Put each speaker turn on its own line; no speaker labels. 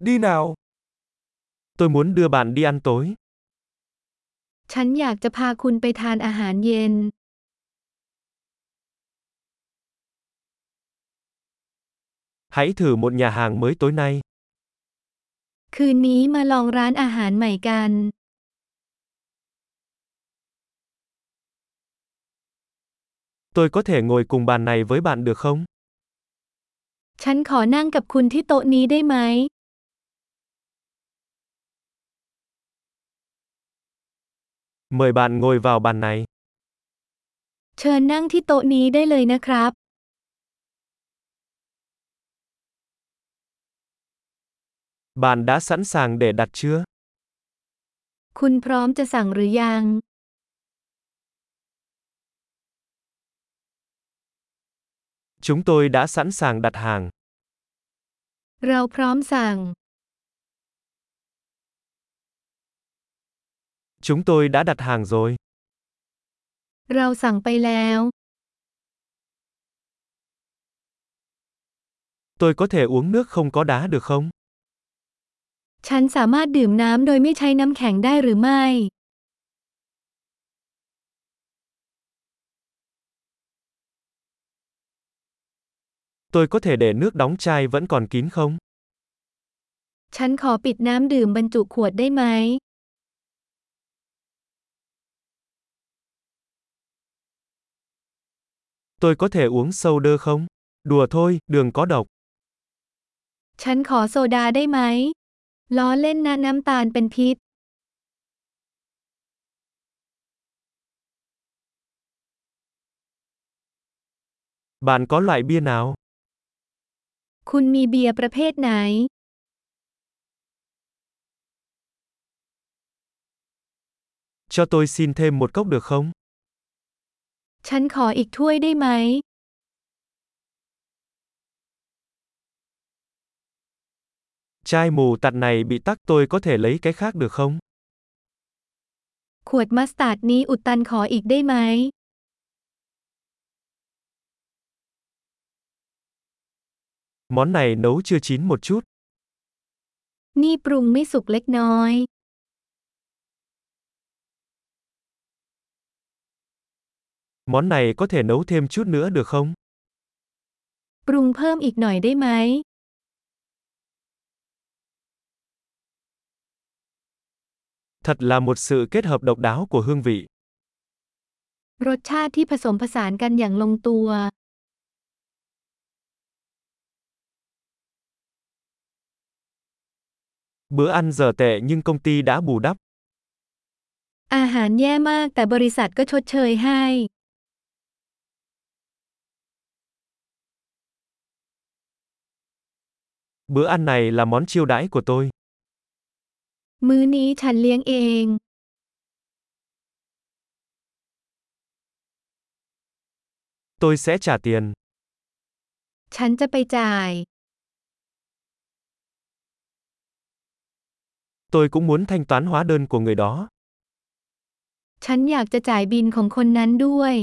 đi nào. Tôi muốn đưa bạn đi ăn tối.
ฉันอยากจะพาคุณไปทานอาหารเย็น
Hãy thử một nhà hàng mới tối nay.
คืนนี้มาลองร้านอาหารใหม่กัน
Tôi có thể ngồi cùng bàn này với bạn được không?
ฉันขอนั่งกับคุณที่โต๊ะนี้ได้ไหม
Mời bạn ngồi vào bàn này.
เชิญนั่งที่โต๊ะนี้ได้เลยนะครับ
Bạn đã sẵn sàng để đặt chưa?
คุณพร้อมจะสั่งหรือยัง
Chúng tôi đã sẵn sàng đặt hàng.
เราพร้อมสั่ง
Chúng tôi đã đặt hàng rồi.
เราสั่งไปแล้ว
Tôi có thể uống nước không có đá được không?
ฉันสามารถดื่มน้ำโดยไม่ใช้น้ำแข็งได้หรือไม่
Tôi có thể để nước đóng chai vẫn còn kín không?
ฉันขอปิดน้ำดื่มบรรจุขวดได้ไหม
Tôi có thể uống soda không? Đùa thôi, đường có độc.
ฉันขอโซดาได้ไหม ล้อเล่นนะน้ำตาลเป็นพิษ
Bạn có loại bia nào?
คุณมีเบียร์ประเภทไหน
Cho tôi xin thêm một cốc được không?
ฉันขออีกถ้วยได้ไหม
Chai mù tạt này bị tắc, tôi có thể lấy cái khác được không?
ขวดมัสตาร์ดนี้อุดตันขออีกได้ไหม
Món này nấu chưa chín một chút.
นี่ปรุงไม่สุกเล็กน้อย
Món này có thể nấu thêm chút nữa được không?
ปรุงเพิ่มอีกหน่อยได้ไหม
Thật là một sự kết hợp độc đáo của hương vị.
รสชาติที่ผสมผสานกันอย่างลงตัว
Bữa ăn giờ tệ nhưng công ty đã bù đắp.
อาหารแย่มากแต่บริษัทก็ชดเชยให้
Bữa ăn này là món chiêu đãi của tôi.
มื้อนี้ฉันเลี้ยงเอง
Tôi sẽ trả tiền.
ฉันจะไปจ่าย
Tôi cũng muốn thanh toán hóa đơn của người đó.
ฉันอยากจะจ่ายบินของคนนั้นด้วย